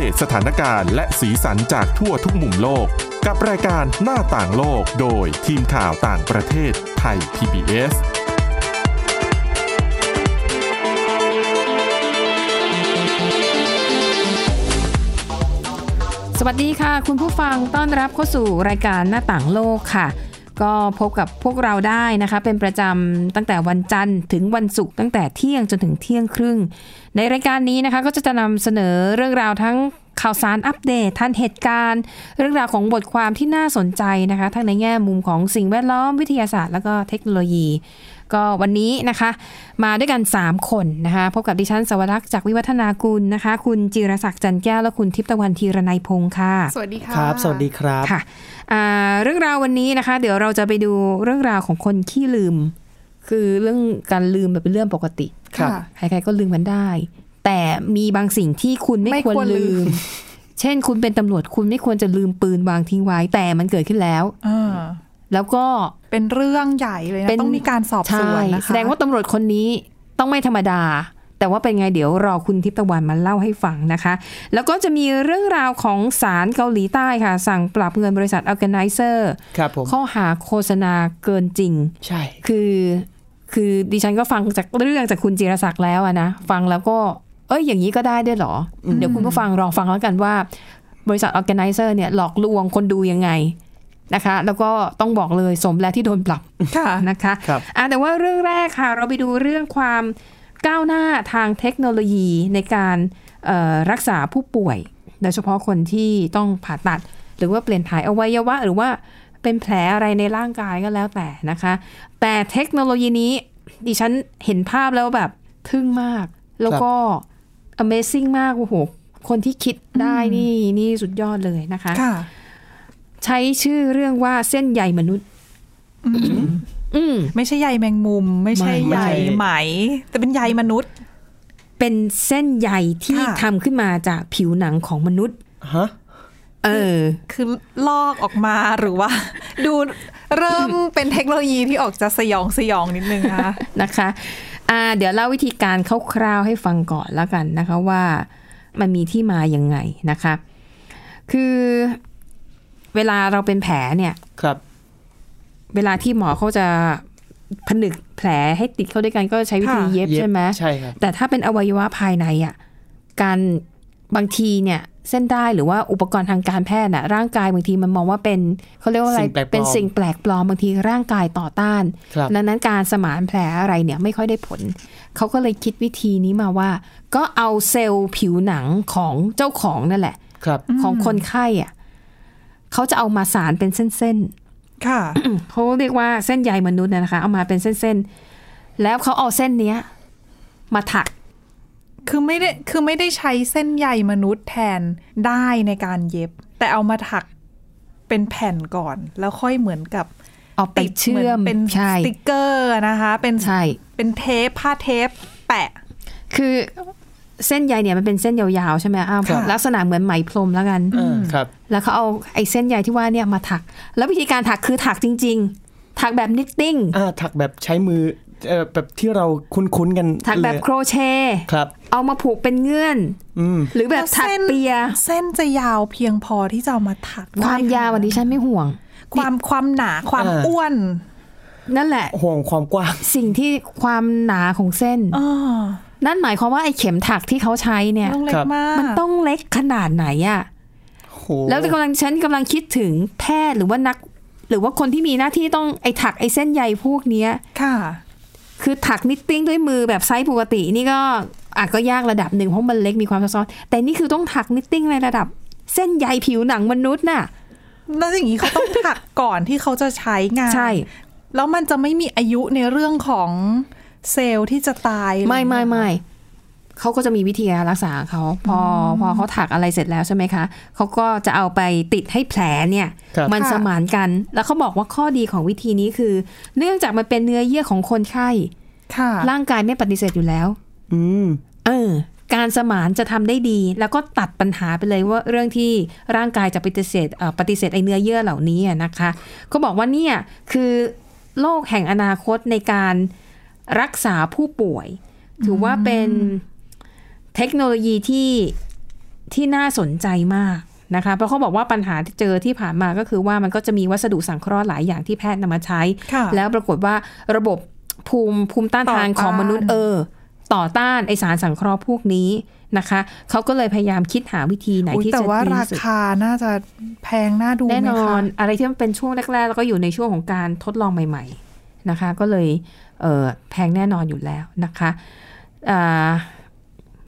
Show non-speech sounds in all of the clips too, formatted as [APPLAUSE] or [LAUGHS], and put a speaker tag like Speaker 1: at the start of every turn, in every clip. Speaker 1: ดตสถานการณ์และสีสันจากทั่วทุกมุมโลก กับรายการหน้าต่างโลกโดยทีมข่าวต่างประเทศไทย PBS
Speaker 2: สวัสดีค่ะ คุณผู้ฟังต้อนรับเข้าสู่รายการหน้าต่างโลกค่ะ ก็พบกับพวกเราได้นะคะ เป็นประจำตั้งแต่วันจันทร์ถึงวันศุกร์ตั้งแต่เที่ยงจนถึงเที่ยงครึ่ง ในรายการนี้นะคะก็จะนำเสนอเรื่องราวทั้งข่าวสารอัปเดตทันเหตุการณ์ เรื่องราวของบทความที่น่าสนใจนะคะ ทั้งในแง่มุมของสิ่งแวดล้อมวิทยาศาสตร์ แล้วก็เทคโนโลยี ก็วันนี้นะคะ มาด้วยกัน 3 คนนะคะ พบกับดิฉันสวรักษ์จากวิวัฒนากุลนะคะ คุณจิรศักดิ์จันแก้วและคุณทิพย์ตะวันธีรนัยพงค์ค่ะ
Speaker 3: สวัสดีค่ะ
Speaker 4: ครับ สวัสดีครับ
Speaker 2: ค่ะอ่าเรื่องราววันนี้นะคะ เดี๋ยวเราจะไปดูเรื่องราวของคนขี้ลืม คือเรื่องการลืมมันเป็นเรื่องปกติ
Speaker 4: ครับ
Speaker 2: ใครๆก็ลืมกันได้ แต่มีบางสิ่งที่คุณไม่
Speaker 3: ไม่
Speaker 2: ควร
Speaker 3: ควรลื
Speaker 2: ลื
Speaker 3: ม
Speaker 2: ม เช่นคุณเป็นตำรวจคุณไม่ควรจะลืมปืนวางทิ้งไว้ แต่มันเกิดขึ้นแล้ว
Speaker 3: อ่า
Speaker 2: แล้วก็
Speaker 3: เป็นเรื่องใหญ่เลยนะ
Speaker 2: เป็น
Speaker 3: ต้องมีการสอบสวนนะคะ
Speaker 2: แสดงว่าตำรวจคนนี้ต้องไม่ธรรมดา แต่ว่าเป็นไงเดี๋ยวรอคุณทิพย์ตะวันมาเล่าให้ฟังนะคะ แล้วก็จะมีเรื่องราวของศาลเกาหลีใต้ค่ะ สั่งปรับเงินบริษัท Organizer
Speaker 4: ครับผม
Speaker 2: ข้อหาโฆษณาเกินจริง
Speaker 4: ใช่
Speaker 2: คือ คือดิฉันก็ฟังจากเรื่องจากคุณจิรศักดิ์แล้วอะนะ ฟังแล้วก็ เอ้ย อย่างนี้ก็ได้ด้วยเหรอ เดี๋ยวคุณผู้ฟังลองฟังแล้วกันว่า บริษัท Organizer เนี่ยหลอกลวงคนดูยังไงนะคะ แล้วก็ต้องบอกเลยสมแล้วที่โดนปรับ
Speaker 3: ค่ะ
Speaker 2: นะคะ
Speaker 4: ครับ
Speaker 2: อ่ะแต่ว่าเรื่องแรกค่ะ เราไปดูเรื่องความก้าวหน้าทางเทคโนโลยีในการเอ่อรักษาผู้ป่วย โดยเฉพาะคนที่ต้องผ่าตัด หรือว่าเปลี่ยนถ่ายอวัยวะ หรือว่าเป็นแผลอะไรในร่างกายก็แล้วแต่นะคะ แต่เทคโนโลยีนี้ ดิฉันเห็นภาพแล้วแบบทึ่งมาก แล้วก็ Amazing มากโอ้โห คนที่คิดได้นี่นี่สุดยอดเลยนะคะ
Speaker 3: ค่ะ
Speaker 2: ใช้ชื่อเรื่องว่าเส้นใยมนุษย์ อืม
Speaker 3: ไม่ใช่ใยแมงมุม ไม่ใช่
Speaker 2: ไม่
Speaker 3: ใย
Speaker 4: ไม่ใช่
Speaker 3: ไหม แต่เป็นใยมนุษย์
Speaker 2: เป็นเส้นใยที่
Speaker 3: ค่ะ
Speaker 2: ทำขึ้นมาจากผิวหนังของมนุษย์
Speaker 4: ฮะ
Speaker 2: เออ
Speaker 3: คือลอกออกมาหรือว่า [LAUGHS] ดูเริ่มเป็นเทคโนโลยีที่ออกจะสยองสยองนิดนึงนะคะ
Speaker 2: นะคะอ่าเดี๋ยวเล่าวิธีการคร่าวๆให้ฟังก่อนแล้วกันนะคะว่ามันมีที่มายังไงนะคะ คือเวลาเราเป็นแผลเนี่ย
Speaker 4: ครับ
Speaker 2: เวลาที่หมอเขาจะผนึกแผลให้ติดเข้าด้วยกันก็ใช้วิธี
Speaker 3: ค่ะ
Speaker 2: เย็บใช่ไหม
Speaker 4: ใช่ครับ
Speaker 2: แต่ถ้าเป็นอวัยวะภายในอ่ะการบางทีเนี่ยเส้นได้หรือว่าอุปกรณ์ทางการแพทย์น่ะร่างกายบางทีมันมองว่าเป็นเขาเรียกว่าอะไร
Speaker 4: สิ่งแปลกปลอม
Speaker 2: เป็นสิ่งแปลกปลอมบางทีร่างกายต่อต้าน
Speaker 4: ครับ
Speaker 2: ดังนั้นการสมานแผลอะไรเนี่ยไม่ค่อยได้ผล เขาก็เลยคิดวิธีนี้มาว่า ก็เอาเซลล์ผิวหนังของเจ้าของนั่นแหละ
Speaker 4: ครับ
Speaker 2: ของคนไข้อ่ะเขาจะเอามาสารเป็นเส้นๆ
Speaker 3: ค่ะ
Speaker 2: เขาเรียกว่าเส้นใยมนุษย์น่ะนะคะ เอามาเป็นเส้นๆ แล้วเขาเอาเส้นเนี้ย มาถัก
Speaker 3: คือไม่ได้คือไม่ได้ใช้เส้นใยมนุษย์แทนได้ในการเย็บ แต่เอามาถักเป็นแผ่นก่อน แล้วค่อยเหมือนกับ
Speaker 2: เอาไปเชื่อม
Speaker 3: หนเป็นส
Speaker 2: ใช่
Speaker 3: ติกเกอร์นะคะ เป็น
Speaker 2: ใช่
Speaker 3: เป็นเทปผ้าเทปแปะ
Speaker 2: คือเส้นใยเนี่ยมันเป็นเส้นยาวๆ ใช่ไหมอ้าว
Speaker 4: ครับ
Speaker 2: ลักษณะเหมือนไหมพรมแล้วกัน
Speaker 4: อ่าครับ
Speaker 2: แล้วเขาเอาไอ้เส้นใยที่ว่าเนี่ยมาถัก แล้ววิธีการถักคือถักจริง ๆ ถักแบบนิตติ้ง
Speaker 4: อ่า ถักแบบใช้มือเอ่อแบบที่เราคุ้นๆกัน
Speaker 2: ถักแบบ
Speaker 4: เลย
Speaker 2: โครเชต์
Speaker 4: ครับ
Speaker 2: เอามาผูกเป็นเงื่อน
Speaker 4: อืม
Speaker 2: หรือแบบถัก
Speaker 3: แล้วเส้น
Speaker 2: เปีย
Speaker 3: เส้นจะยาวเพียงพอที่จะเอามาถักได้
Speaker 2: ความยาวอันนี้ฉันไม่ห่วง
Speaker 3: ความความหนาความ
Speaker 4: อ่า
Speaker 3: อ้วน
Speaker 2: นั่นแหละ
Speaker 4: ห่วงความกว้าง
Speaker 2: สิ่งที่ความหนาของเส้น
Speaker 3: อ้อ
Speaker 2: นั่นหมายความว่าไอ้เข็มถักที่เขาใช้เนี่ย
Speaker 3: ต้องเล็
Speaker 4: ครั
Speaker 3: ก
Speaker 4: บ
Speaker 3: มาก
Speaker 2: มันต้องเล็กขนาดไหนอะ
Speaker 4: โห
Speaker 2: แล้วกำลังฉันกำลังคิดถึงแพทย์หรือว่านัก หรือว่าคนที่มีหน้าที่ต้องไอ้ถักไอ้เส้นใยพวกเนี้ย
Speaker 3: ค่ะ
Speaker 2: คือถักนิตติ้งด้วยมือแบบไซส์ปกตินี่ก็อาจก็ยากระดับหนึ่งเพราะมันเล็กมีความซับซ้อน แต่นี่คือต้องถักนิตติ้งในระดับ เส้นใยผิวหนังมนุษย์น่ะ
Speaker 3: แล้วอย่างนี้เขาต้องถักก่อนที่เขาจะใช้งาน
Speaker 2: ใช่
Speaker 3: แล้วมันจะไม่มีอายุในเรื่องของเซลล์ที่จะตายเลย
Speaker 2: ไม่ไม่ไม่เขาก็จะมีวิธีการรักษาของเขาพอพอเขาถักอะไรเสร็จแล้วใช่ไหมคะเขาก็จะเอาไปติดให้แผลเนี่ย
Speaker 4: ครับ
Speaker 2: มันสมานกัน แล้วเขาบอกว่าข้อดีของวิธีนี้คือ เนื่องจากมันเป็นเนื้อเยื่อของคนไข้
Speaker 3: ค่ะ
Speaker 2: ร่างกายไม่ปฏิเสธอยู่แล้ว
Speaker 4: อืม
Speaker 2: เออ การสมานจะทำได้ดี แล้วก็ตัดปัญหาไปเลยว่าเรื่องที่ร่างกายจะปฏิเสธเอ่อปฏิเสธไอเนื้อเยื่อเหล่านี้อะนะคะก็บอกว่าเนี่ยคือโลกแห่งอนาคตในการรักษาผู้ป่วย ถือว่าเป็นเทคโนโลยีที่ ที่น่าสนใจมากนะคะ เพราะเขาบอกว่าปัญหาที่เจอที่ผ่านมาก็คือว่ามันก็จะมีวัสดุสังเคราะห์หลายอย่างที่แพทย์นำมาใช้
Speaker 3: ค่ะ
Speaker 2: แล้วปรากฏว่าระบบภูมิภูมิต้านทานข
Speaker 3: ต่อต้าน
Speaker 2: องมนุษย์เออ ต่อต้านไอสารสังเคราะห์พวกนี้นะคะ เขาก็เลยพยายามคิดหาวิธีไหน
Speaker 3: อุ๊ย
Speaker 2: ที่
Speaker 3: แต่
Speaker 2: จะ
Speaker 3: ว่า
Speaker 2: ดี
Speaker 3: รา
Speaker 2: ที่สุด
Speaker 3: คาน่าจะแพงน่าดูไหม
Speaker 2: แน่
Speaker 3: คะ
Speaker 2: นอน อะไรที่มันเป็นช่วงแรก ๆ แล้วก็อยู่ในช่วงของการทดลองใหม่ๆนะคะ ก็เลยเออแพงแน่นอนอยู่แล้วนะคะอ่า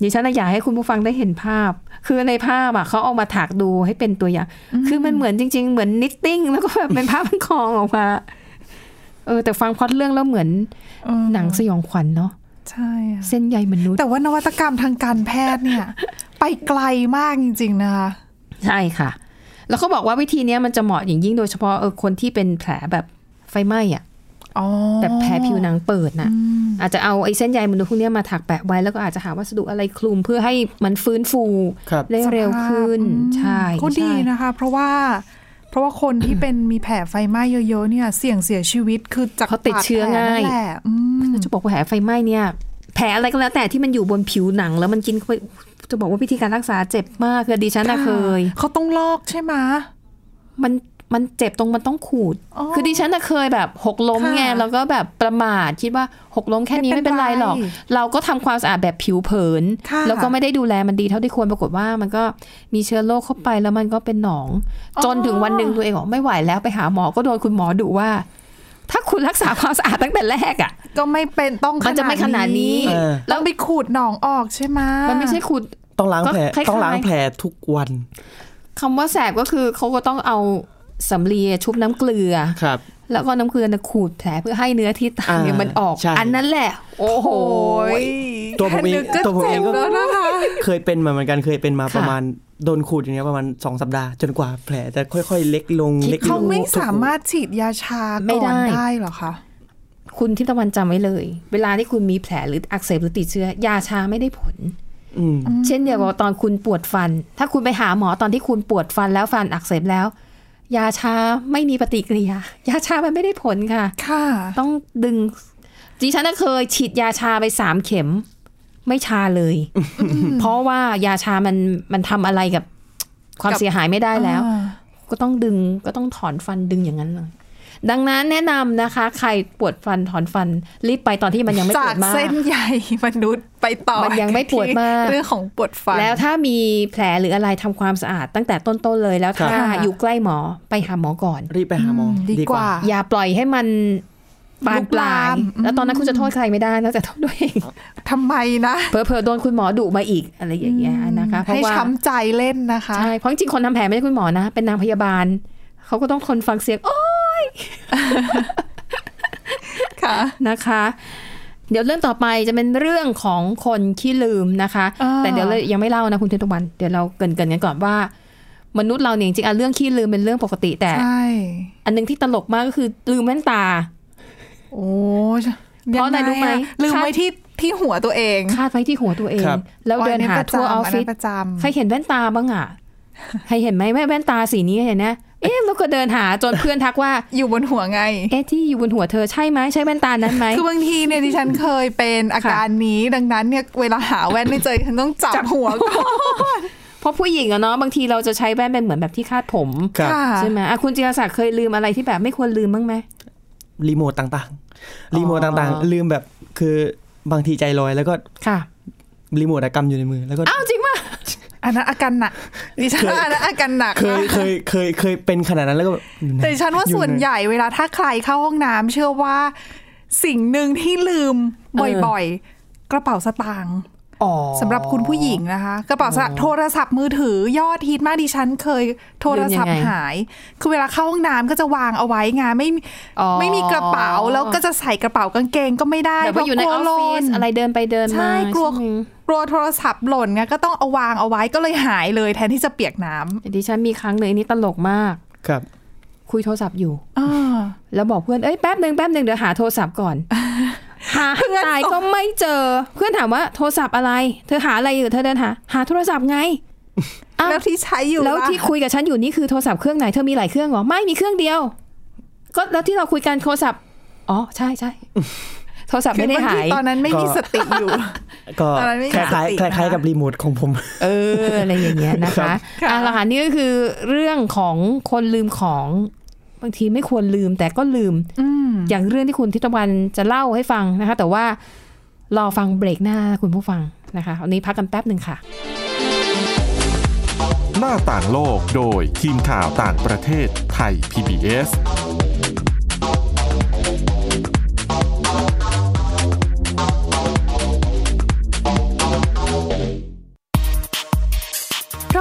Speaker 2: ดิฉันนะอยากให้คุณผู้ฟังได้เห็นภาพ คือในภาพอ่ะเขาเอามาถากดูให้เป็นตัวอย่าง คือมันเหมือนจริง ๆ เหมือนนิตติ้งแล้วก็แบบเป็นผ้าพันคอออกมาเออแต่ฟังพล็อดเรื่องแล้วเหมือน
Speaker 3: เออ
Speaker 2: หนังสยองขวัญเนาะ
Speaker 3: ใช่อะ
Speaker 2: เส้นใยมนุษย์
Speaker 3: แต่ว่านวัตกรรมทางการแพทย์ [LAUGHS] เนี่ย ไปไกลมากจริง ๆ นะคะ
Speaker 2: ใช่ค่ะ แล้วเขาบอกว่าวิธีเนี้ยมันจะเหมาะอย่างยิ่งโดยเฉพาะเออคนที่เป็นแผลแบบไฟไหม้อะ
Speaker 3: อ๋อ
Speaker 2: แบบแผลผิวหนังเปิดน่ะ
Speaker 3: อืม
Speaker 2: อาจจะเอาไอ้เส้นใยมนุษย์พวกเนี้ยมาถักแปะไว้แล้วก็อาจจะหาวัสดุอะไรคลุมเพื่อให้มันฟื้นฟู
Speaker 4: ครับ
Speaker 2: ได้เร็วขึ้น
Speaker 3: สภาพอืม
Speaker 2: ใช่
Speaker 3: ก็ดี
Speaker 2: ใช่
Speaker 3: นะคะ เพราะว่า เพราะว่าคนที่ เป็นมีแผลไฟไหม้เยอะๆเนี่ย [COUGHS] เสี่ยงเสียชีวิตคือจาก
Speaker 2: เขาติดเชื้อง่าย
Speaker 3: บดแผลนั่นแหละอืม
Speaker 2: จะบอกว่าแผลไฟไหม้เนี่ย แผลอะไรก็แล้วแต่ที่มันอยู่บนผิวหนัง แล้วมันกินเข้าไปจะบอกว่าวิธีการรักษาเจ็บมากคือดิฉันน่ะเคย
Speaker 3: เขาต้องลอกใช่ไหม
Speaker 2: มันมันเจ็บตรงมันต้องขูด
Speaker 3: อ๋อ
Speaker 2: คือดิฉันน่ะเคยแบบหกล้ม
Speaker 3: ค่ะ
Speaker 2: ไงแล้วก็แบบประมาทคิดว่าหกล้มแค่นี้
Speaker 3: ไม่
Speaker 2: ไม่
Speaker 3: เป็
Speaker 2: เป็น
Speaker 3: น
Speaker 2: ไร
Speaker 3: ไร
Speaker 2: หรอก เราก็ทำความสะอาดแบบผิวเผิน
Speaker 3: ค่ะ
Speaker 2: แล้วก็ไม่ได้ดูแลมันดีเท่าที่ควรปรากฏว่ามันก็มีเชื้อโรคเข้าไปแล้วมันก็เป็นหนอง จนถึงวันหนึ่งตัวเองบอกไม่ไหวแล้วไปหาหมอก็โดนคุณหมอดุว่า ถ้าคุณรักษาความสะอาดตั้งแต่แรกอ่ะ
Speaker 3: ก็ไม่เป็นต้อง
Speaker 2: มันจะไม่ขนาดนี้
Speaker 4: เออ
Speaker 3: แล้วไปขูดหนองออกใช่ไหม
Speaker 2: มันไม่ใช่ขูด
Speaker 4: ต้องล้างแผล
Speaker 2: ก็คล้ายๆ
Speaker 4: ต้องล้างแผลทุกวัน
Speaker 2: คำว่าแสบก็คือเขาก็ต้องเอาสำลีชุบน้ำเกลือ
Speaker 4: ครับ
Speaker 2: แล้วก็น้ำเกลือนะขูดแผลเพื่อให้เนื้อที่ตายเนี่ย
Speaker 4: อ่ามั
Speaker 2: มันออก
Speaker 4: ใช่
Speaker 2: อันนั้นแหละ โอ้โห
Speaker 3: โอ้ย
Speaker 4: ตัว
Speaker 2: [LAUGHS]
Speaker 4: ผมเอง
Speaker 3: แค่นึกก็
Speaker 4: ตัวผมเอ
Speaker 3: เจ็
Speaker 4: ง
Speaker 3: บ
Speaker 4: ก็
Speaker 3: แล้วนะคะ
Speaker 4: เคยเป็นมาเหมือนกันเคยเป็นมา
Speaker 2: ค่ะ
Speaker 4: ประมาณโดนขูดอย่างเงี้ยประมาณ 2 สัปดาห์ จนกว่าแผลจะค่อยๆ เล็กลงเล็กลง
Speaker 3: เขาไม่
Speaker 4: ทุก
Speaker 3: สามารถฉีดยาชา
Speaker 2: ไม่
Speaker 3: ก่อน
Speaker 2: ได้
Speaker 3: ได้เหรอคะ
Speaker 2: คุณทิพย์ตะวันจำไว้เลย เวลาที่คุณมีแผลหรืออักเสบหรือติดเชื้อ ยาชาไม่ได้ผล
Speaker 4: อืม
Speaker 2: เช่นเดียวกับตอนคุณปวดฟัน ถ้าคุณไปหาหมอตอนที่คุณปวดฟันแล้วฟันอักเสบแล้ว ยาชาไม่มีปฏิกิริยา ยาชามันไม่ได้ผลค่ะ
Speaker 3: ค่ะ
Speaker 2: ต้องดึงดิฉันน่ะเคยฉีดยาชาไปสามเข็ม ไม่ชาเลย เพราะว่ายาชามันมันทำอะไรกับความ
Speaker 3: กับ
Speaker 2: เสียหายไม่ได้แล้ว
Speaker 3: อ่า
Speaker 2: ก็ต้องดึงก็ต้องถอนฟันดึงอย่างนั้นเลย ดังนั้นแนะนำนะคะ ใครปวดฟันถอนฟันรีบไปตอนที่มันยังไม่ป
Speaker 3: จาว ก
Speaker 2: ดมาก
Speaker 3: เส้นใยมนุษย์ไปต่อ
Speaker 2: มันยังไม่ปวดมาก
Speaker 3: เรื่องของปวดฟัน
Speaker 2: แล้วถ้ามีแผลหรืออะไรทำความสะอาดตั้งแต่ต้นๆเลยแล้ว
Speaker 4: ครับ
Speaker 2: ถ้า
Speaker 3: ค่ะ
Speaker 2: อยู่ใกล้หมอไปหาหมอก่อน
Speaker 4: รีบไปหาหมออ
Speaker 3: ดีกว่า
Speaker 2: อย่าปล่อยให้มันบานปลาย
Speaker 3: ลุกลาม
Speaker 2: แล้วตอนนั้นคุณจะโทษ [LAUGHS] ใครไม่ได้นอกจากโทษตัวเอง
Speaker 3: ทำไมนะ
Speaker 2: เผลอๆโดนคุณหมอดุมาอีกอะไรอย่างเงี้ยนะคะ เพ
Speaker 3: ให้
Speaker 2: ราะว่า
Speaker 3: ช้ำใจเล่นนะคะ
Speaker 2: ใช่เพราะจริงๆคนทำแผลไม่ใช่คุณหมอนะ เป็นนางพยาบาลเขาก็ต้องทนฟังเสียง
Speaker 3: ค่ะ
Speaker 2: นะคะ เดี๋ยวเรื่องต่อไปจะเป็นเรื่องของคนขี้ลืมนะคะ
Speaker 3: อ่า
Speaker 2: แต่เดี๋ยวเรายังไม่เล่านะคุณเทยนตะวัน เดี๋ยวเราเกรินๆกันก่อนว่า มนุษย์เราเนี่ยจริงๆอ่ะเรื่องขี้ลืมเป็นเรื่องปกติ แต่
Speaker 3: ใช่
Speaker 2: อันหนึงที่ตลกมากก็คือลืมแว่นตา
Speaker 3: โอ้
Speaker 2: เพราะอะไร
Speaker 3: ยังง
Speaker 2: รู้ไหม
Speaker 3: ลืมไว้ที่ที่หัวตัวเอง
Speaker 2: คาดไว้ที่หัวตัวเอง
Speaker 4: ครับ
Speaker 2: แล้วเดินหาทั่วออฟฟิศ
Speaker 3: นนั้นประจำ
Speaker 2: ใครเห็นแว่นตาบ้างอ่ะใครเห็นไหมแม่แว่นตาสีนี้เห็นนะเอ๊ะแล้วก็เดินหาจนเพื่อนทักว่า
Speaker 3: อยู่บนหัวไง
Speaker 2: เอ๊ะที่อยู่บนหัวเธอใช่ไหมใช่แว่นตานั้นไหม
Speaker 3: คือบางทีเนี่ยดิฉันเคยเป็นอาการนี้ ดังนั้นเนี่ยเวลาหาแว่นไม่เจอฉันต้องจับหัวก่อน
Speaker 2: เพราะผู้หญิงอะเนาะบางทีเราจะใช้แว่นเป็นเหมือนแบบที่คาดผม
Speaker 4: ครับ
Speaker 3: ค่ะ
Speaker 2: ใช่ไหมอ่ะคุณจิรศักดิ์เคยลืมอะไรที่แบบไม่ควรลืมบ้างไหม
Speaker 4: รีโมทต่างๆ รีโมทต่าง
Speaker 2: อ๋อ
Speaker 4: ๆ ลืมแบบคือบางทีใจลอยแล้วก็
Speaker 2: ค่ะ
Speaker 4: รีโมทอะกำอยู่ในมือแล้วก็
Speaker 2: อ้าวจริงป่ะ
Speaker 3: อันนั้นอาการหนักดิฉัน
Speaker 4: เคย
Speaker 3: ว่าอันนั้นอาการหนัก
Speaker 4: เคยเคยเคยเคยเป็นขนาดนั้นแล้วก็แบบอยู่ไห
Speaker 3: แต่ดิฉันว่า
Speaker 4: อยู่
Speaker 3: ส่วน
Speaker 4: ไ
Speaker 3: ใหญ่เวลาถ้าใครเข้าห้องน้ำเชื่อว่าสิ่งหนึ่งที่ลืม
Speaker 2: เออ
Speaker 3: บ่อยๆ กระเป๋าสตางค์
Speaker 2: อ๋อ
Speaker 3: สำหรับคุณผู้หญิงนะคะ กระเป๋าสตางค์โทรศัพท์มือถือยอดฮิตมากดิฉันเคยโทรศัพท์หาย คือเวลาเข้าห้องน้ำก็จะวางเอาไว้ไงไม่มี
Speaker 2: อ๋อ
Speaker 3: ไม่มีกระเป๋าแล้วก็จะใส่กระเป๋ากางเกงก็ไม่ได้
Speaker 2: แบบว่าอยู่ใน
Speaker 3: เพ
Speaker 2: อ
Speaker 3: ราะ
Speaker 2: อก
Speaker 3: ลัว
Speaker 2: ฟฟิศ
Speaker 3: หล่น
Speaker 2: อะไรเดินไปเดินมา
Speaker 3: ใช่กลัว
Speaker 2: ใช่ไหม
Speaker 3: กลัวโทรศัพท์หล่นไงก็ต้องเอาวางเอาไว้ก็เลยหายเลยแทนที่จะเปียกน้
Speaker 2: ดิฉันมีครั้งหนึ่งอันนี้ตลกมาก
Speaker 4: ครับ
Speaker 2: คุยโทรศัพท์อยู่
Speaker 3: ำอ่า
Speaker 2: แล้วบอกเพื่อนเอ้ยแป๊บหนึ่งแป๊บหนึ่งเดี๋ยวหาโทรศัพท์ก่อน [LAUGHS] หาให้ตายก็ไม่เจอ เพื่อนถามว่าโทรศัพท์อะไร เธอหาอะไรอยู่เธอเดินหา หาโทรศัพท์ไงอ้าว
Speaker 3: แล้วที่ใช้อยู่
Speaker 2: แล้ว
Speaker 3: ะ
Speaker 2: ที่คุยกับฉันอยู่นี่คือโทรศัพท์เครื่องไหนเธอมีหลายเครื่องเหรอไม่มีเครื่องเดียว ก็แล้วที่เราคุยกันโทรศัพท์ อ๋อใช่ใช่ โทรศัพท์
Speaker 3: คือ
Speaker 2: ไม่ได้
Speaker 3: บาง
Speaker 2: หา
Speaker 3: ที
Speaker 2: ย
Speaker 3: ตอนนั้นไม่มีสติอยู่
Speaker 4: ก็
Speaker 3: ตอนนั้นไม่มี
Speaker 4: คล้าย
Speaker 3: สติ
Speaker 4: ๆค
Speaker 3: นะคะ
Speaker 4: ล้ายๆกับรีโมทของผม [LAUGHS]
Speaker 2: เออ อะไรอย่างเงี้ยนะ
Speaker 4: ครั
Speaker 2: คะ
Speaker 4: บ
Speaker 2: อ่ะละค่ะนี่ก็คือเรื่องของคนลืมของบางทีไม่ควรลืมแต่ก็ลืม
Speaker 3: อืม
Speaker 2: อย่างเรื่องที่คุณทิตวันจะเล่าให้ฟังนะคะ แต่ว่ารอฟังเบรกหน้าคุณผู้ฟังนะคะวันนี้พักกันแป๊บหนึ่งค่ะ
Speaker 1: หน้าต่างโลกโดยทีมข่าวต่างประเทศไทย PBS
Speaker 5: เพรา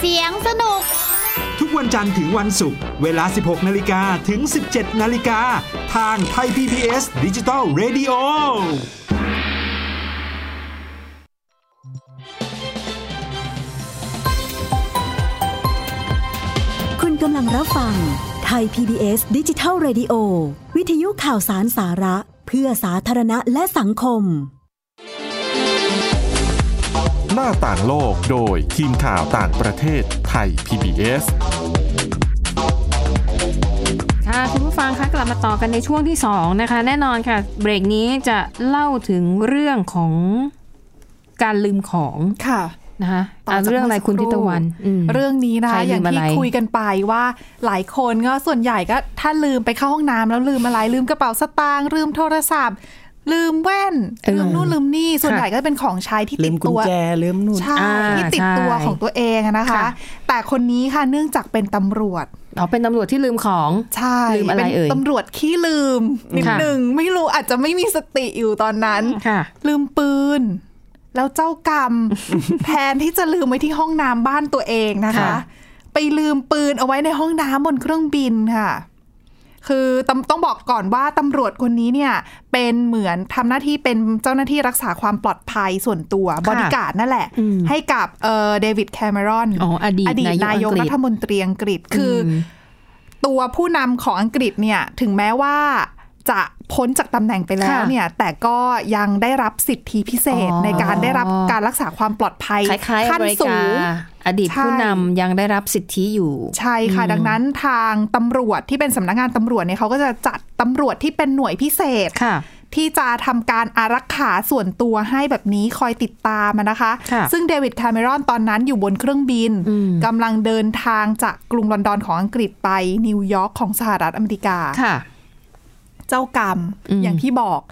Speaker 6: เสียงสนุก
Speaker 7: ทุกวันจันทร์ถึงวันศุกร์เวลา 16 นาฬิกาถึง 17 นาฬิกา ทางไทย PBS ดิจิตอล Radio
Speaker 8: คุณกำลังรับฟังไทย PBS ดิจิทัล Radio วิทยุข่าวสารสาระ เพื่อสาธารณะและสังคม
Speaker 1: หน้าต่างโลกโดยทีมข่าวต่างประเทศไทย PBS
Speaker 2: ค่ะคุณผู้ฟังคะกลับมาต่อกันในช่วงที่สองนะคะ แน่นอนค่ะ เบรกนี้จะเล่าถึงเรื่องของการลืมของ
Speaker 3: ค่ะ
Speaker 2: นะคะ
Speaker 3: ต่อ
Speaker 2: อ่ะ
Speaker 3: จาก
Speaker 2: เรื่องอะไรคุณทิตวันม
Speaker 3: เรื่องนี้นะ
Speaker 2: ใคร
Speaker 3: คะ
Speaker 2: ลืม
Speaker 3: อย่าง
Speaker 2: อะ
Speaker 3: ที่
Speaker 2: ไร
Speaker 3: คุยกันไปว่าหลายคนก็ส่วนใหญ่ก็ถ้าลืมไปเข้าห้องน้ำแล้วลืมอะไร ลืมกระเป๋าสตางค์ลืมโทรศัพท์ ลืมแว่น ลืมนู่นลืมนี่ ส่วนใหญ่ก็เป็นของใช้ที่
Speaker 4: ลื
Speaker 3: ติด
Speaker 4: มกุญ
Speaker 3: ตัว
Speaker 4: แจลืมนู่น
Speaker 3: ใช่
Speaker 2: อ่า
Speaker 3: ที่ติดตัว
Speaker 2: ใช่
Speaker 3: ของตัวเองอะนะคะ
Speaker 2: ค่ะ
Speaker 3: แต่คนนี้ค่ะเนื่องจากเป็นตำรวจ
Speaker 2: อ๋อเป็นตำรวจที่ลืมของ
Speaker 3: ใช่
Speaker 2: ลืมอะไร
Speaker 3: เป็น
Speaker 2: เอ่ย
Speaker 3: ตำรวจขี้ลืมนิด
Speaker 2: ค่ะ
Speaker 3: หนึ่งไม่รู้อาจจะไม่มีสติอยู่ตอนนั้น
Speaker 2: ค่ะ
Speaker 3: ลืมปืน แล้วเจ้ากรร
Speaker 2: [LAUGHS]
Speaker 3: ม แทนที่จะลืมไว้ที่ห้องน้ำบ้านตัวเองนะคะ
Speaker 2: ค่ะ
Speaker 3: ไปลืมปืนเอาไว้ในห้องน้ำบนเครื่องบินค่ะ คือตำต้องบอกก่อนว่าตำรวจคนนี้เนี่ยเป็นเหมือนทำหน้าที่เป็นเจ้าหน้าที่รักษาความปลอดภัยส่วนตัวบริการดนั่นแหละ
Speaker 2: อืม
Speaker 3: ให้กับเอ่อเดวิดแคเมรอน
Speaker 2: อ๋ออดีต
Speaker 3: นาน
Speaker 2: ายย
Speaker 3: ก
Speaker 2: กอังกฤษ
Speaker 3: รัฐมนตรีอังกฤษคือ
Speaker 2: ม
Speaker 3: ตัวผู้นำของอังกฤษเนี่ยถึงแม้ว่าจะพ้นจากตำแหน่งไปแล้ว
Speaker 2: ค่ะ
Speaker 3: เนี่ยแต่ก็ยังได้รับสิทธิพิเศษ
Speaker 2: อ๋อ
Speaker 3: ในการได้รับการรักษาความปลอดภัย
Speaker 2: คล้ายๆอ
Speaker 3: ขั้น
Speaker 2: เมริ
Speaker 3: สู
Speaker 2: กาง อดีตผู้
Speaker 3: ใช่
Speaker 2: นำยังได้รับสิทธิอยู่
Speaker 3: ใช่ค่ะ
Speaker 2: อืม
Speaker 3: ดังนั้นทางตำรวจที่เป็นสำนักงานตำรวจเนี่ยเขาก็จะจัดตำรวจที่เป็นหน่วยพิเศษ
Speaker 2: ค่ะ
Speaker 3: ที่จะทำการอารักขาส่วนตัวให้แบบนี้คอยติดตามอะนะคะ
Speaker 2: ค่ะ
Speaker 3: ซึ่งเดวิดคาเมรอนตอนนั้นอยู่บนเครื่องบิน
Speaker 2: อืม
Speaker 3: กำลังเดินทางจากกรุงลอนดอนของอังกฤษไปนิวยอร์กของสหรัฐอเมริกา
Speaker 2: ค่ะ
Speaker 3: เจ้ากรรม
Speaker 2: อืม
Speaker 3: อย่างที่บอก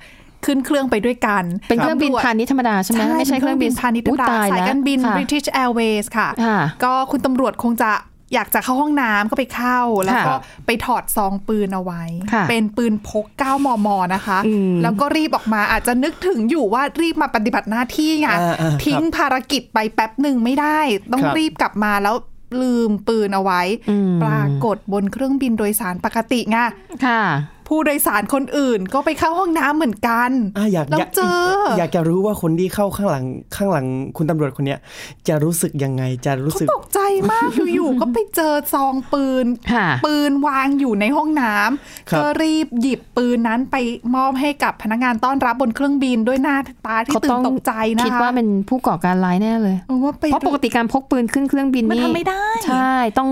Speaker 3: ขึ้นเครื่องไปด้วยกัน
Speaker 2: เป็นเครื่องบิน
Speaker 3: ตำวจ
Speaker 2: พาณิชย์ธรรมดาใช่ไหมไม่ใช่เครื่องบิน
Speaker 3: พาณิชย์ธรรมดา
Speaker 2: อุ๊ยต
Speaker 3: สาย
Speaker 2: แล้ว
Speaker 3: การบิน
Speaker 2: ค่ะ
Speaker 3: British Airways ค่ะ
Speaker 2: ค่ะ
Speaker 3: ก็คุณตำรวจคงจะอยากจะเข้าห้องน้ำก็ไปเข้า แล้วก็ไปถอดซองปืนเอาไว้
Speaker 2: ค่ะ
Speaker 3: เป็นปืนพก 9 มม นะคะ
Speaker 2: อืม
Speaker 3: แล้วก็รีบออกมาอาจจะนึกถึงอยู่ว่ารีบมาปฏิบัติหน้าที่ไง
Speaker 4: อ่าอ่าครับ
Speaker 3: ทิ้งภารกิจไปแป๊บหนึ่งไม่ได้ ต้อง
Speaker 4: ครับ
Speaker 3: รีบกลับมาแล้วลืมปืนเอาไว้
Speaker 2: อืม
Speaker 3: ปรากฏบนเครื่องบินโดยสารปกติไง
Speaker 2: ค่ะ
Speaker 3: ผู้โดยสารคนอื่นก็ไปเข้าห้องน้ำเหมือนกัน
Speaker 4: อ่ะอยาก
Speaker 3: เรา
Speaker 4: อยาก
Speaker 3: เจออ
Speaker 4: ยากจะรู้ว่าคนที่เข้าข้างหลังข้างหลังคุณตำรวจคนเนี้ยจะรู้สึกยังไงจะรู้
Speaker 3: เขา
Speaker 4: สึก
Speaker 3: ตกใจ
Speaker 2: [LAUGHS]
Speaker 3: มาก อยู่ๆก็ไปเจอซองปืน
Speaker 2: ค่ะ
Speaker 3: ปืนวางอยู่ในห้องน้ำ
Speaker 4: ครับ
Speaker 3: ก็รีบหยิบปืนนั้นไปมอบให้กับพนักงานต้อนรับบนเครื่องบินด้วยหน้าตาที่
Speaker 2: เขา
Speaker 3: ตื่
Speaker 2: ต้อ
Speaker 3: น
Speaker 2: ง
Speaker 3: ตกใจนะคะ
Speaker 2: คิดว่าเป็นผู้ก่อการร้ายแน่เลย
Speaker 3: ว่าไป
Speaker 2: เพราะปกติการพกปืนขึ้นเครื่องบิน
Speaker 3: มัน
Speaker 2: นี่
Speaker 3: ทำไม่ได้
Speaker 2: ใช่ต้อง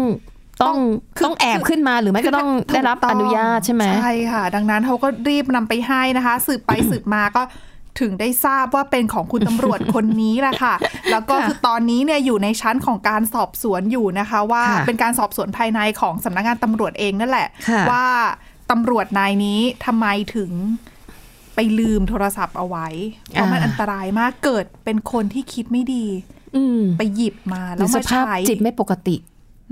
Speaker 2: ต้องต้องแอบขึ้นมาหรือไม่ก็ต้องได้รับอนุญาตใช่ไหม
Speaker 3: ใช่ค่ะ ดังนั้นเขาก็รีบนำไปให้นะคะ สืบไปสืบมาก็ถึงได้ทราบว่าเป็นของคุณตำรวจ คนนี้แหละ
Speaker 2: [LAUGHS]
Speaker 3: ค่ะ แล้วก็คือตอนนี้เนี่ยอยู่ในชั้นของการสอบสวนอยู่นะคะ ว่า
Speaker 2: ค่ะ
Speaker 3: เป็นการสอบสวนภายในของสำนักงานตำรวจเองนั่นแหละ
Speaker 2: ค่ะ
Speaker 3: ว่าตำรวจนายนี้ทำไมถึงไปลืมโทรศัพท์เอาไว้เพราะมันอันตรายมากเกิดเป็นคนที่คิดไม่ดีไปหยิบมา
Speaker 2: ห
Speaker 3: แล้
Speaker 2: รื
Speaker 3: ว
Speaker 2: อส
Speaker 3: มา
Speaker 2: ภาพ
Speaker 3: ใช้
Speaker 2: จิตไม่ปกติ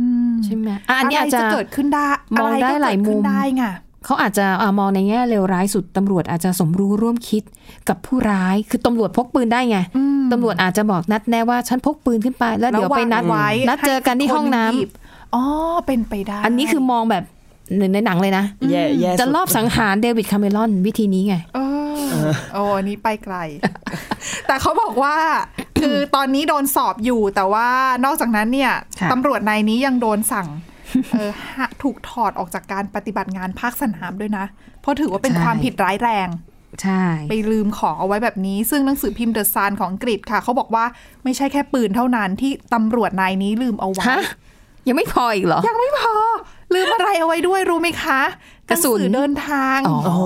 Speaker 3: อืม
Speaker 2: ใช่ไหมอ่ะอันนี้อาจจะ
Speaker 3: อะไรจะเกิดขึ้นได้
Speaker 2: มองได้
Speaker 3: อะไร
Speaker 2: หลา
Speaker 3: ก็เกิด
Speaker 2: ยมุ
Speaker 3: ขึ้
Speaker 2: ม
Speaker 3: นได้ไง
Speaker 2: เขาอาจจะอ่ะมองในแง่เลวร้ายสุดตำรวจอาจจะสมรู้ร่วมคิดกับผู้ร้าย คือตำรวจพกปืนได้ไงตำรวจอาจจะบอกนัดแน่ว่าฉันพกปืนขึ้นไป แล้วเดี๋ยวไปนัด
Speaker 3: ระวังไว้
Speaker 2: นัดเจอกันที่ห้องน้ำ
Speaker 3: ให้คนหยิบ อ๋อ เป็นไปได้
Speaker 2: อันนี้คือมองแบบหนึ่งในหนังเลยนะ
Speaker 4: แย่แย่สุด
Speaker 2: จะรอบสังหารเดวิดคาเมรอนวิธีนี้ไง
Speaker 3: เออโอ้อันนี้ไปไกล แต่เขาบอกว่า [COUGHS] คือตอนนี้โดนสอบอยู่ แต่ว่านอกจากนั้นเนี่ย
Speaker 2: ค่ะ
Speaker 3: ตำรวจนายนี้ยังโดนสั่ง [COUGHS] เออฮะถูกถอดออกจากการปฏิบัติงานภาคสนามด้วยนะ เพราะถือว่าเป็น
Speaker 2: ใช่
Speaker 3: ความผิดร้ายแรง
Speaker 2: ใช่
Speaker 3: ไปลืมของเอาไว้แบบนี้ ซึ่งหนังสือพิมพ์เดอะซ n นของอังกฤษค่ะ เขาบอกว่าไม่ใช่แค่ปืนเท่านั้นที่ตำรวจนายนี้ลืมเอาไว้
Speaker 2: ฮะยังไม่พออีกเหรอ
Speaker 3: ยังไม่พอ ลืมอะไรเอาไว้ด้วยรู้ไหมคะ
Speaker 2: กระสุน
Speaker 3: หงอเดินทาง
Speaker 2: อ๋อ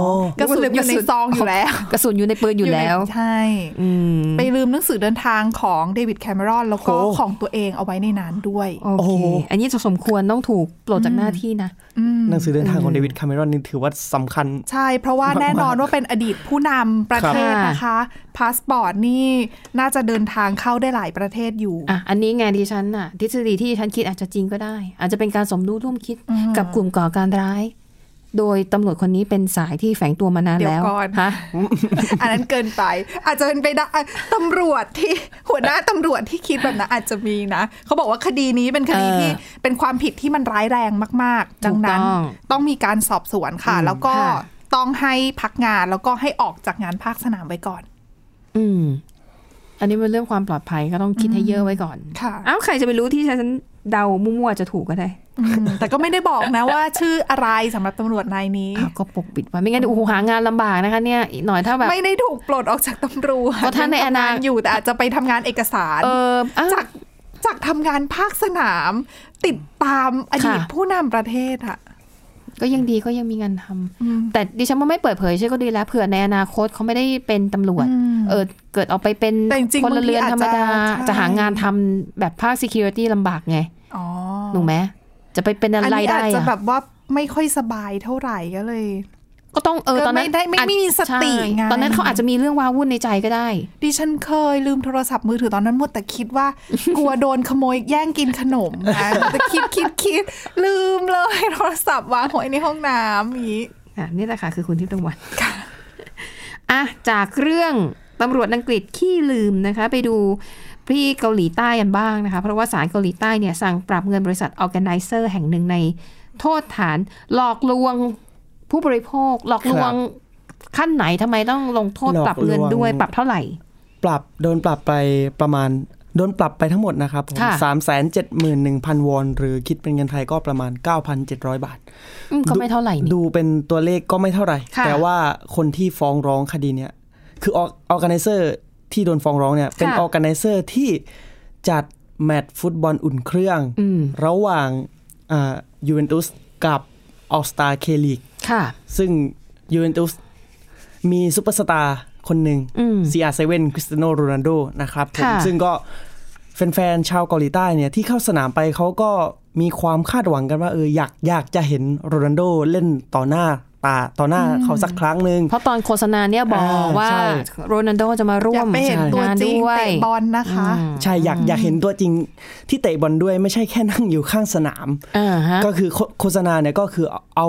Speaker 2: ก
Speaker 3: ระสุนอยู่ในซองอยู่แล้ว
Speaker 2: กระสุนอยู่ในปืนอยู่แล้ว
Speaker 3: ในใช่
Speaker 2: อืม
Speaker 3: ไปลืมหนังสือเดินทางของเดวิดแคมเมรอนแล้วก็
Speaker 4: โอ้
Speaker 3: ของตัวเองเอาไว้ในนั้นด้วย
Speaker 2: โอเค อันนี้จะสมควรต้องถูกปลดจากหน้าที่นะ
Speaker 3: อืม
Speaker 4: หนังสือเดินทางของเดวิดคาเมรอนนี่ถือว่าสำคัญ
Speaker 3: ใช่ เพราะว่าแน่นอนว่าเป็นอดีตผู้นำประเทศ
Speaker 2: ครับ
Speaker 3: นะคะ พาสปอร์ตนี่น่าจะเดินทางเข้าได้หลายประเทศอยู่
Speaker 2: อ่ะ อันนี้ไงดิฉันน่ะ ทฤษฎีที่ดิฉันคิดอาจจะจริงก็ได้ อาจจะเป็นการสมรู้ร่วมคิด
Speaker 3: อืม
Speaker 2: กับกลุ่มก่อการร้าย โดยตำรวจคนนี้เป็นสายที่แฝงตัวมานาน
Speaker 3: เดี๋ยว
Speaker 2: แล้ว
Speaker 3: ก่อน
Speaker 2: ฮะ
Speaker 3: [LAUGHS] อันนั้นเกินไป อาจจะเป็นไปได้ตำรวจที่หัวหน้าตำรวจที่คิดแบบนั้นอาจจะมีนะเขาบอกว่าคดีนี้เป็นคดี
Speaker 2: เออ
Speaker 3: ที่เป็นความผิดที่มันร้ายแรงมาก ๆ ดังนั้น
Speaker 2: ถูกต้อง
Speaker 3: ต้องมีการสอบสวนค่ะ แล้วก็
Speaker 2: ค่ะ
Speaker 3: ต้องให้พักงานแล้วก็ให้ออกจากงานภาคสนามไว้ก่อน
Speaker 2: อืม อันนี้เป็นเรื่องความปลอดภัยก็ต้องคิดให้เยอะไว้ก่อน
Speaker 3: ค่ะ
Speaker 2: อ้าวใครจะไปรู้ที่ฉันเดามั่วๆจะถูกก็ได้
Speaker 3: อืมแต่ก็ไม่ได้บอกนะว่าชื่ออะไรสำหรับตำรวจนายนี้
Speaker 2: อ้าวก็ปกปิดไว้ไม่งั้นโอ้โหหางานลำบากนะคะเนี่ยอีกหน่อยถ้าแบบ
Speaker 3: ไม่ได้ถูกปลดออกจากตำรวจ
Speaker 2: เพราะถ้าในอนาคต
Speaker 3: ยังทำงอยู่แต่อาจจะไปทำงานเอกสาร
Speaker 2: เอออ้าว
Speaker 3: จากจากทำงานภาคสนาม ติดตามอดีต
Speaker 2: ค่ะ
Speaker 3: ผู้นำประเทศอะ
Speaker 2: ก็ยังดีก็ยังมีงานทำ
Speaker 3: อืม
Speaker 2: แต่ดิฉันว่าไม่เปิดเผยชื่อก็ดีแล้วเผื่อในอนาคตเขาไม่ได้เป็นตำรวจ
Speaker 3: อืม
Speaker 2: เออเกิดเอาไปเป็น
Speaker 3: แต่จริงๆ
Speaker 2: พลเรือนธรรมดา
Speaker 3: บางทีอาจจะ
Speaker 2: จะหางานทำแบบภาค security ลำบากไง
Speaker 3: อ๋อ
Speaker 2: ถูกไหมจะไปเป็น
Speaker 3: อั
Speaker 2: อะไร
Speaker 3: นี้
Speaker 2: ได้
Speaker 3: อาจจะ
Speaker 2: อะ
Speaker 3: แบบว่าไม่ค่อยสบายเท่าไหร่ก็เลย
Speaker 2: ก็ต้องเออ
Speaker 3: ก็
Speaker 2: ตอนนั้น
Speaker 3: ไม่ได้ไม่
Speaker 2: อาจ
Speaker 3: ไม่มีสติ
Speaker 2: ใช่
Speaker 3: ไง
Speaker 2: ตอนนั้นเขาอาจจะมีเรื่องว้าวุ่นในใจก็ได้
Speaker 3: ดิฉันเคยลืมโทรศัพท์มือถือตอนนั้นหมดแต่คิด
Speaker 2: [LAUGHS]
Speaker 3: ว่า กลัวโดนขโมยแย่งกินขนมนะแต่คิดคิดคิดลืมเลยโทรศัพท์วางไว้ในห้องน้ำอย่างนี้
Speaker 2: อ่ะนี่แหละค่ะ คือคุณทิพย์ตะวันอ่ะจากเรื่องตำรวจอังกฤษขี้ลืมนะคะ ไปดูพี่เกาหลีใต้กันบ้างนะคะ เพราะว่าศาลเกาหลีใต้เนี่ยสั่งปรับเงินบริษัท Organizer แห่งหนึ่งในโทษฐาน หลอกลวงผู้บริโภค หลอกลวงขั้นไหนทำไมต้องลงโทษ
Speaker 4: หลอกลวง
Speaker 2: ปรับเงินด้วยปรับเท่าไหร่
Speaker 4: ปรับโดนปรับไปประมาณ โดนปรับไปทั้งหมดนะครับผม
Speaker 2: ค่ะ
Speaker 4: สามแสนเจ็ดหมื่นหนึ่งพันวอน หรือคิดเป็นเงินไทยก็ประมาณ 9,700 บาท
Speaker 2: อืมก็ไม่เท่าไหร่นี่
Speaker 4: ดูเป็นตัวเลขก็ไม่เท่าไหร่
Speaker 2: ค่ะ
Speaker 4: แต่ว่าคนที่ฟ้องร้องคดีเนี้ยคือออแกไนเซอร์ที่โดนฟ้องร้องเนี่ยเป็น
Speaker 2: ค่ะ
Speaker 4: ออแกไนเซอร์ที่จัดแมตช์ฟุตบอลอุ่นเครื่อง
Speaker 2: อืม
Speaker 4: ระหว่างยูเวนตุสกับออสตาเคลีก
Speaker 2: ค่ะ
Speaker 4: ซึ่งยูเวนตุสมีซูเปอร์สตาร์คนหนึ่ง
Speaker 2: อืม
Speaker 4: ซีอาร์เซเว่นคริสเตียโนโรนัลโดนะครับผม
Speaker 2: ค่ะ
Speaker 4: ซึ่งก็แฟนๆชาวเกาหลีใต้เนี่ยที่เข้าสนามไปเขาก็มีความคาดหวังกันว่าเอออยากอยากจะเห็นโรนัลโดเล่นต่อหน้าตาต่อหน้าเขาสักครั้งหนึ่ง
Speaker 2: เพราะตอนโฆษณาเนี่ยบอก
Speaker 4: อ่า
Speaker 2: ว่า
Speaker 4: ใช่
Speaker 2: โรนัลโดจะมาร่วย
Speaker 3: อาก
Speaker 2: ม
Speaker 3: ไปเห็นตัว
Speaker 2: งาน
Speaker 3: จริง
Speaker 2: ด้วย
Speaker 3: เตะบอลนะคะ
Speaker 4: ใช่อยากอยากเห็นตัวจริงที่เตะบอลด้วยไม่ใช่แค่นั่งอยู่ข้างสนาม
Speaker 2: อ่าฮะ
Speaker 4: ก็คือโฆโฆษณาเนี่ยก็คือเอา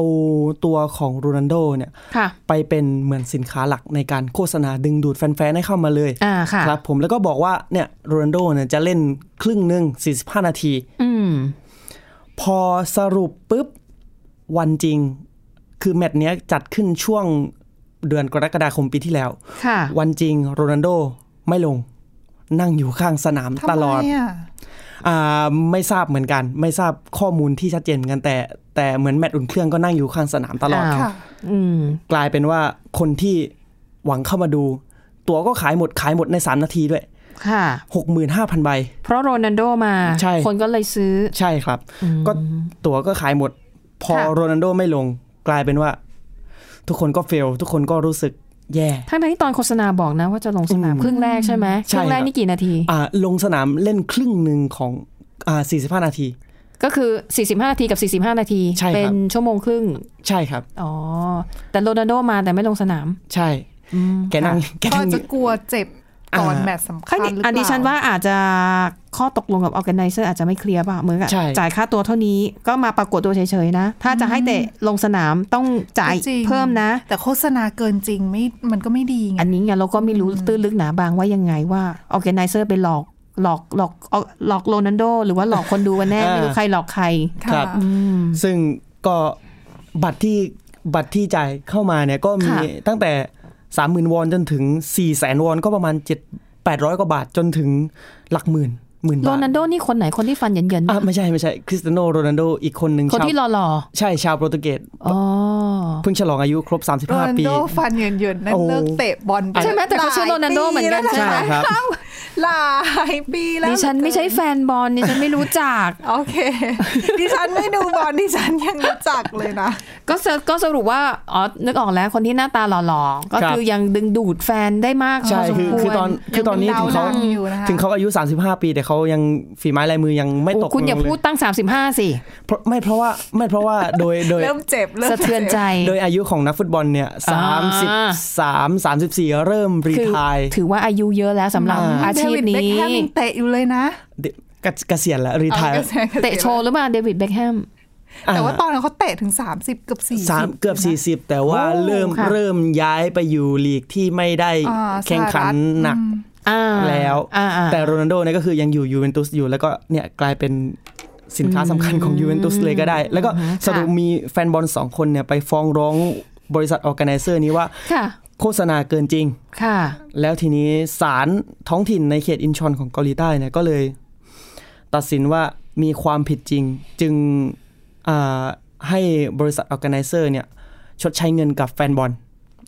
Speaker 4: ตัวของโรนัลโดเนี่ย
Speaker 2: ค่ะ
Speaker 4: ไปเป็นเหมือนสินค้าหลักในการโฆษณาดึงดูดแฟนๆให้เข้ามาเลย
Speaker 2: อ่าค่ะ
Speaker 4: ครับผมแล้วก็บอกว่าเนี่ยโรนลโดเนี่ยจะเล่นครึ่งหนึ่ง45 นาที
Speaker 2: อืม
Speaker 4: พอสรุปปุ๊บ วันจริง คือแมตช์เนี้ยจัดขึ้นช่วงเดือนกรกฎาคมปีที่แล้ว
Speaker 2: ค่ะ
Speaker 4: วันจริงโรนัลโดไม่ลง นั่งอยู่ข้างสนาม
Speaker 3: ทำไม
Speaker 4: ตลอด
Speaker 3: อ่ะ
Speaker 4: อ่าไม่ทราบเหมือนกัน ไม่ทราบข้อมูลที่ชัดเจนเหมือนกันแต่แต่เหมือนแมตช์อุ่นเครื่องก็นั่งอยู่ข้างสนามตลอด
Speaker 2: อ้าว
Speaker 3: ค่ะ
Speaker 2: อืม
Speaker 4: กลายเป็นว่าคนที่หวังเข้ามาดู ตั๋วก็ขายหมดขายหมดใน 3 นาทีด้วย
Speaker 2: ค่ะ
Speaker 4: 65,000 ใบ
Speaker 2: เพราะโรนัลโดมา
Speaker 4: ใช่
Speaker 2: คนก็เลยซื้อ
Speaker 4: ใช่ครับ ก็ตั๋วก็ขายหมด พอ
Speaker 2: ค่ะ
Speaker 4: โรนัลโดไม่ลงกลายเป็นว่า ทุกคนก็เฟล ทุกคนก็รู้สึกแย่
Speaker 2: ทั้งๆที่ตอนโฆษณาบอกนะว่าจะลงสนามครึ่งแรกใช่ไหมค
Speaker 4: ใช่
Speaker 2: รึ่งแรก
Speaker 4: ครับ
Speaker 2: นี่กี่นาที
Speaker 4: อ่าลงสนามเล่นครึ่งหนึ่งของอ่า45 นาที
Speaker 2: ก็คือ 45 นาทีกับ 45 นาที
Speaker 4: ใช่ครับ
Speaker 2: เป็นชั่วโมงครึ่ง
Speaker 4: ใช่ครับ
Speaker 2: อ๋อ แต่โรนัลโดมาแต่ไม่ลงสนาม
Speaker 4: ใช่ แกนั่งแก
Speaker 3: ก็
Speaker 4: นั่ง
Speaker 3: จะกลัวเจ็บก่อน
Speaker 4: อ่า
Speaker 3: แมตช์สำคั
Speaker 2: อั
Speaker 3: ญ
Speaker 2: น
Speaker 3: หรื
Speaker 2: นี้
Speaker 3: อเป
Speaker 2: อั
Speaker 3: ล่าน
Speaker 2: นี้ฉันว่าอาจจะข้อตกลงกับออแกไนเซอร์อาจจะไม่เคลียร์ป่ะเหมือนกับ
Speaker 4: ใช่
Speaker 2: จ่ายค่าตัวเท่านี้ก็มาปรากฏตัวเฉยๆนะ ถ้าจะให้เตะลงสนามต้องจ่าย
Speaker 3: จริง
Speaker 2: เพิ่มนะ
Speaker 3: แต่โฆษณาเกินจริงไม่มันก็ไม่ดีไง
Speaker 2: อันนี้ไงเราก็ไม่รู้ตื้นลึกหนาบางว่ายังไงว่าออแกไนเซอร์ไปหลอกหลอกหลอกหลอกโรนันโด หรือว่าหลอกคนดูกันแน่ [LAUGHS]
Speaker 4: อ่า
Speaker 2: ไม่รู้ใครหลอกใคร
Speaker 4: ครับ ซึ่งก็บัตรที่บัตรที่จ่ายเข้ามาเนี่ยก็มี
Speaker 2: ค่ะ
Speaker 4: ตั้งแต่ 30,000 วอนจนถึง 400,000 วอนก็ประมาณ 7 800 กว่าบาทจนถึงหลักหมื่นหมื่น
Speaker 2: โร
Speaker 4: บาท
Speaker 2: นันโดนี่คนไหนคนที่ฟันเหยินๆ
Speaker 4: อ่ะไม่ใช่ไม่ใช่คริสเตียโนโรนัลโดอีกคนหนึ่ง
Speaker 2: คน
Speaker 4: ชาว
Speaker 2: ที่หล่อ
Speaker 4: ใช่ชาวโปรตุเกส
Speaker 2: ๆอ๋อ
Speaker 4: เพิ่งฉลองอายุครบ
Speaker 3: โรนั
Speaker 4: 35
Speaker 3: ล
Speaker 4: ปี
Speaker 3: โดฟันเหยินๆนั่น
Speaker 4: โอ้
Speaker 3: เลิกเตะบอลป
Speaker 2: ใช่ไหมแต่เขาชื่อโรนัลโดเหมือนกันใช่
Speaker 4: ใช่
Speaker 2: ไหม
Speaker 4: ครับ
Speaker 3: หลายปีแล้ว
Speaker 2: ดิฉันไม่ใช่แฟนบอลดิฉันไม่รู้จัก
Speaker 3: โอเค ดิฉันไม่ดูบอลดิฉันยังรู้จักเลยนะ
Speaker 2: [LAUGHS] ก็สรุปก็สรุปว่า อ๋อ นึกออกแล้วคนที่หน้าตาหล่อๆ ก็
Speaker 4: ครับ
Speaker 2: คือยังดึงดูดแฟนได้มาก
Speaker 4: ใช่
Speaker 2: พสม
Speaker 4: คือ
Speaker 2: วร
Speaker 4: คือตอนคือตอนนี้
Speaker 3: ยัง
Speaker 4: ถึ
Speaker 3: เป็
Speaker 4: ง
Speaker 3: นดาว
Speaker 4: เขา
Speaker 3: ดังอยู่นะคะ
Speaker 4: ถึงเขาอายุ 35 ปี แต่เขายังฝีไม้ลายมือยังไม่
Speaker 2: โอ้
Speaker 4: ตก
Speaker 2: คุณอย่า
Speaker 4: ลงเล
Speaker 2: พูดตั้ง 35 สิ
Speaker 4: เพราะไม่เพราะว่าไม่เพราะว่าโดยโดย
Speaker 3: เริ่มเจ็บเริ่ม
Speaker 2: สะเทือนใจ
Speaker 4: โดยอายุของนักฟุตบอลเนี่ย
Speaker 2: อ่
Speaker 4: สามสิบ
Speaker 2: า
Speaker 4: สามสามสิบสี่เริ่มรี
Speaker 2: คือ
Speaker 4: ไทาย
Speaker 2: ถือว่าอายุเยอะแล้วสำหรับอา
Speaker 3: เด
Speaker 2: ชีพ
Speaker 3: วิดเบค
Speaker 2: นี้
Speaker 3: แฮมยังเตะอยู่เลยนะ
Speaker 4: เดกเกษียณแล้วรีไทาย
Speaker 3: เอากระแสกระแส
Speaker 2: เตะโชว์หรือเปล่าเดวิดเบคแฮม
Speaker 3: แต่ว่าตอนนั้นเขาเตะถึง 30 เกือบ40
Speaker 4: สามเกือบสี่สิบแต่ว่า
Speaker 2: โอ้
Speaker 4: เริ่ม
Speaker 2: ค่ะ
Speaker 4: เริ่มย้ายไปอยู่ลีกที่ไม่ได้
Speaker 3: อ่า
Speaker 4: แข่งขัน
Speaker 3: สหรัฐ
Speaker 4: หนัก
Speaker 2: อ่า
Speaker 4: แล้ว
Speaker 2: อ่าอ่า
Speaker 4: แต่โรนัลโดเนี่ยก็คือยังอยู่ยูเวนตุสอยู่แล้วก็เนี่ยกลายเป็นสินค้าสำคัญของยูเวนตุสเลยก็ได้ แล้วก็สรุปมีแฟนบอลสองคนเนี่ยไปฟ้องร้องบริษัทออแกไนเซอร์นี้ว่า
Speaker 2: ค่ะ
Speaker 4: โฆษณาเกินจริง
Speaker 2: ค่ะ
Speaker 4: แล้วทีนี้ศาลท้องถิ่นในเขตอินชอนของเกาหลีใต้เนี่ยก็เลย ตัดสินว่ามีความผิดจริง จึงอ่าให้บริษัทออแกไนเซอร์เนี่ยชดใช้เงินกับแฟนบอล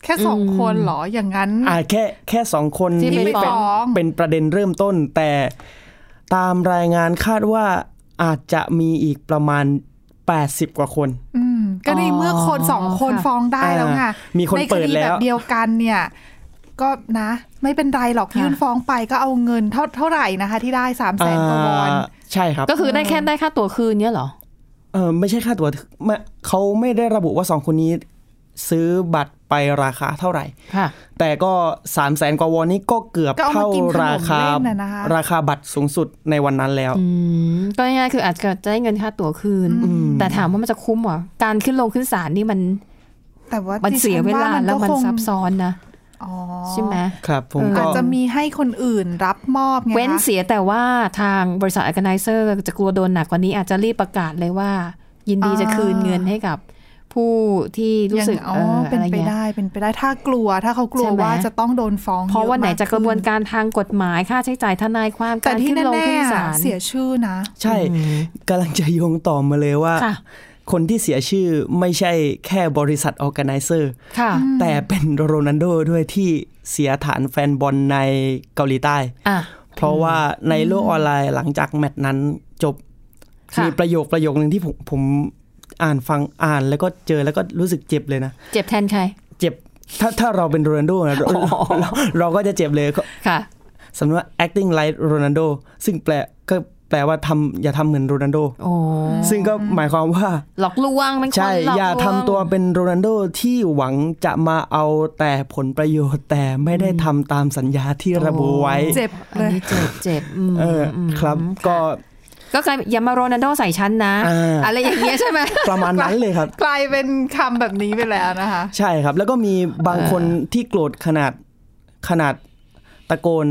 Speaker 3: แค่สองคนเหรออย่างนั้น
Speaker 4: อ่าแค่แค่สองคน
Speaker 2: ที่
Speaker 4: นี่
Speaker 2: ไปฟ้
Speaker 4: เป็น
Speaker 2: อง
Speaker 4: เป็นประเด็นเริ่มต้น แต่ตามรายงานคาดว่าอาจจะมีอีกประมาณ 80 กว่าคน
Speaker 3: อืมก็ในเมื่อคนสองคน
Speaker 2: ค่ะ
Speaker 3: ฟ้องได้แล้วไง
Speaker 4: อ่ามีคน
Speaker 3: ใน
Speaker 4: เปิดแล้ว
Speaker 3: แบบเดียวกันเนี่ย ก็นะ ไม่เป็นไรหรอกยื่นฟ้องไปก็เอาเงินเท่าเท่าไหร่นะคะ ที่ได้สามแสนกว่า
Speaker 4: อ่าว
Speaker 3: อน
Speaker 4: ใช่ครับ
Speaker 2: ก็คือได้แค่ได้ค่าตั๋วคืนเนี้ยเหรอ
Speaker 4: เออไม่ใช่ค่าตั๋วไม่เขาไม่ได้ระบุว่าสองคนนี้ซื้อบัตรไปราคาเท่าไหร่
Speaker 2: ค่ะ
Speaker 4: แต่ก็3 0 0แสนกว่าวอนนี้ก็เกือบ
Speaker 3: ก็เอามา
Speaker 4: เท่า
Speaker 3: กินขน
Speaker 4: รามคา
Speaker 3: เล่นน่ะนะคะ
Speaker 4: ราคาบัตรสูงสุดในวันนั้นแล้ว
Speaker 2: อืม ก็ง่ายๆคืออาจจะได้เงินค่าตั๋วคืน แต่ถามว่ามันจะคุ้มเหรอ การขึ้นลงขึ้นศาลนี่มัน
Speaker 3: แต่ว่า
Speaker 2: มัน
Speaker 3: ดิ
Speaker 2: เสีย
Speaker 3: ฉั
Speaker 2: เวลา
Speaker 3: ก็
Speaker 2: แล้วมัน
Speaker 3: คง
Speaker 2: ซับซ้อนนะ
Speaker 3: อ๋อ
Speaker 2: ใช่ไหม
Speaker 4: ครับ ผม
Speaker 2: เออ
Speaker 4: ก็
Speaker 3: อาจจะมีให้คนอื่นรับมอบไง
Speaker 2: เว้น
Speaker 3: คะ
Speaker 2: เสียแต่ว่าทางบริษัท organizer จะกลัวโดนหนักกว่านี้อาจจะรีบประกาศเลยว่า ยินดีจะคืนเงินให้กับผู้ที่รู้สึก
Speaker 3: ยังอ๋อ
Speaker 2: เออ
Speaker 3: เป็น
Speaker 2: อะไร
Speaker 3: ไป
Speaker 2: เงี้ย
Speaker 3: ได้เป็นไปได้ถ้ากลัวถ้าเขากลัว
Speaker 2: ใช่ไหม
Speaker 3: ว่าจะต้องโดนฟ้อง
Speaker 2: เพราะ
Speaker 3: ยอ
Speaker 2: ว่าไหน
Speaker 3: ม
Speaker 2: จะกระบวน
Speaker 3: ขึ้
Speaker 2: การทางกฎหมายค่าใช้จ่ายทนายความ
Speaker 3: แต่
Speaker 2: การ
Speaker 3: ที่
Speaker 2: ขึ้นลง
Speaker 3: แน่
Speaker 2: ขึ้นศาล
Speaker 3: ๆเสียชื่อนะ
Speaker 4: ใช่กำลังจะโยงต่อมาเลยว่า
Speaker 2: ค่ะ
Speaker 4: คนที่เสียชื่อไม่ใช่แค่บริษัทออแกไนเซอร์
Speaker 2: ค่ะ
Speaker 4: แต่เป็นโรนัลโดด้วยที่เสียฐานแฟนบอลในเกาหลีใต้
Speaker 2: อ่ะ
Speaker 4: เพราะว่าในโลกออนไลน์หลังจากแมตช์นั้นจบ
Speaker 2: ค่ะ
Speaker 4: มีประโยคประโยคหนึ่งที่ผมผมอ่านฟังอ่านแล้วก็เจอแล้วก็รู้สึกเจ็บเลยนะ
Speaker 2: เจ็บแทนใคร
Speaker 4: เจ็บถ้าถ้าเราเป็นโรนัลโดนะเราเราเราก็จะเจ็บเลยก็
Speaker 2: ค่ะ
Speaker 4: สำนวนว่า acting like Ronaldo ซึ่งแปลก็แปลว่าทำอย่าทำเหมือนโรนัลโด
Speaker 2: โอ้
Speaker 4: ซึ่งก็หมายความว่า
Speaker 2: หลอกลวงเป็นคน
Speaker 4: ใช่
Speaker 2: หลอกลวง
Speaker 4: อย่าทำตัวเป็นโรนัลโดที่หวังจะมาเอาแต่ผลประโยชน์แต่ไม่ได้ทำตามสัญญาที่ระบุไว้
Speaker 3: เจ็บ
Speaker 2: อั
Speaker 3: เล
Speaker 2: น
Speaker 3: ย
Speaker 2: นี้เจ็บเจ็บอืม
Speaker 4: เอออครับก็
Speaker 2: ก็กลายอย่ามาโรนัลโดใส่ฉันนะ
Speaker 4: อ่า
Speaker 2: อะไรอย่างเงี้ยใช่ไหม
Speaker 4: ประมาณนั้นเลยครับ
Speaker 3: กลายเป็นคำแบบนี้ไปแล้วนะคะ
Speaker 4: ใช่ครับ แล้วก็มีบางคนที่โกรธขนาดขนาดตะโกน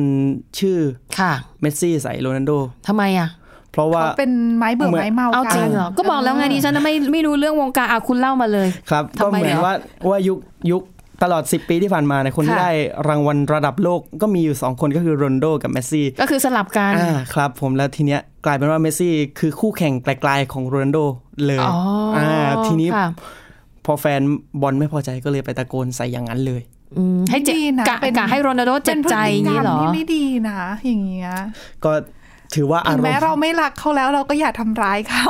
Speaker 4: ชื่อ
Speaker 2: ค่ะ
Speaker 4: เมสซี่ใส่โรนัลโด
Speaker 2: ทำไมอ่ะ
Speaker 4: เพราะว่า
Speaker 3: เขาเป็นไม้เบื่อ
Speaker 4: เหมือน
Speaker 3: ไม้เมา
Speaker 2: เอาจริ
Speaker 3: กั
Speaker 2: ง
Speaker 3: น
Speaker 2: เหรอ ก็บอกแล้วไงดิฉันน่ะไม่ไม่รู้เรื่องวงการอาคุณเล่ามาเลย
Speaker 4: ครับ
Speaker 2: ทำ
Speaker 4: ก็
Speaker 2: ไม
Speaker 4: เหมือน
Speaker 2: เหรอ
Speaker 4: ว่าว่ายุคยุคตลอด 10 ปีที่ผ่านมาเนี่ยคนที่
Speaker 2: ค่ะ
Speaker 4: ได้รางวัลระดับโลกก็มีอยู่ 2 คนก็คือโรนลโดกับเมสซี่
Speaker 2: ก็คือสลับกัน
Speaker 4: อ่าครับผมแล้วทีเนี้ยกลายเป็นว่าเมสซี่คือคู่แข่งไกลๆของโรนลโดเลย
Speaker 2: อ๋ออ่
Speaker 4: ทีนี้
Speaker 2: ค่ะ
Speaker 4: พอแฟนบอลไม่พอใจก็เลยไปตะโกนใส่อย่างนั้นเลย
Speaker 2: อืมให้เจ็บ
Speaker 3: ดีนะ
Speaker 2: กะ
Speaker 3: เป็น
Speaker 2: กะให้โรนัลโดเจ็บใจอย่าง
Speaker 3: นี้
Speaker 2: นี้เหรอ
Speaker 3: ที่ไม่ดีนะอย่างเงี้ย
Speaker 4: ก็ถือว่าอา
Speaker 3: ถึ
Speaker 4: รง ม
Speaker 3: แม้
Speaker 4: ณ์
Speaker 3: เราไม่รักเขาแล้วเราก็อย่าทำร้ายเขา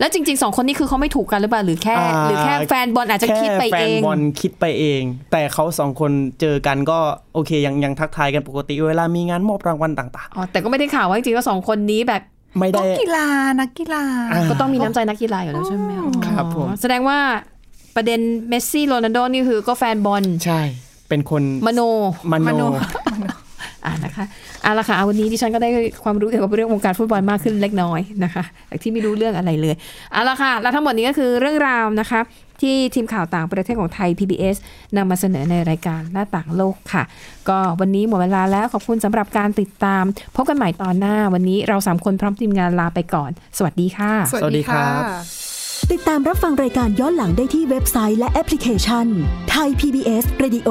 Speaker 2: แล้วจริงๆสองคนนี้คือเขาไม่ถูกกันหรือเปล่าหรือแค่ห
Speaker 4: อ่า
Speaker 2: รือแค่แฟนบอลอาจจะคิดไปเอง
Speaker 4: แฟนบอลคิดไปเอง แต่เขาสองคนเจอกันก็โอเคยังยังทักทายกันปกติเวลามีงานมอบรางวัลต่าง
Speaker 2: อ๋อแต่ก็ไม่ได้ข่าวว่าจริงๆก็สองคนนี้แบบ
Speaker 4: ๆ ไม่ได้
Speaker 3: กีฬานักกีฬา
Speaker 4: อ่า
Speaker 2: ก็ต้องมีน้ำใจนักกีฬาอยู่แล้วใช่ไหมอ๋อ
Speaker 4: ครับผม
Speaker 2: แสดงว่าประเด็นเมสซี่โรนัลโดนี่คือก็แฟนบอล
Speaker 4: ใช่ เป็นคน
Speaker 2: มโน
Speaker 4: ม
Speaker 3: มโน [LAUGHS]
Speaker 4: โน
Speaker 2: อ่านะคะเอาละค่ะเอาวันนี้ดิฉันก็ได้ความรู้เกี่ยวกับเรื่องวงการฟุตบอลมากขึ้นเล็กน้อยนะคะจากที่ไม่รู้เรื่องอะไรเลยเอาละค่ะ แล้วทั้งหมดนี้ก็คือเรื่องราวนะคะ ที่ทีมข่าวต่างประเทศของไทย PBS นำมาเสนอในรายการหน้าต่างโลกค่ะ ก็วันนี้หมดเวลาแล้วขอบคุณสำหรับการติดตาม พบกันใหม่ตอนหน้าวันนี้เราสามคนพร้อมทีมงานลาไปก่อน สวัสดีค่ะ
Speaker 4: สวัสดีครับ
Speaker 5: ติดตามรับฟังรายการย้อนหลังได้ที่เว็บไซต์และแอปพลิเคชันไทย PBS Radio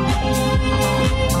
Speaker 5: ม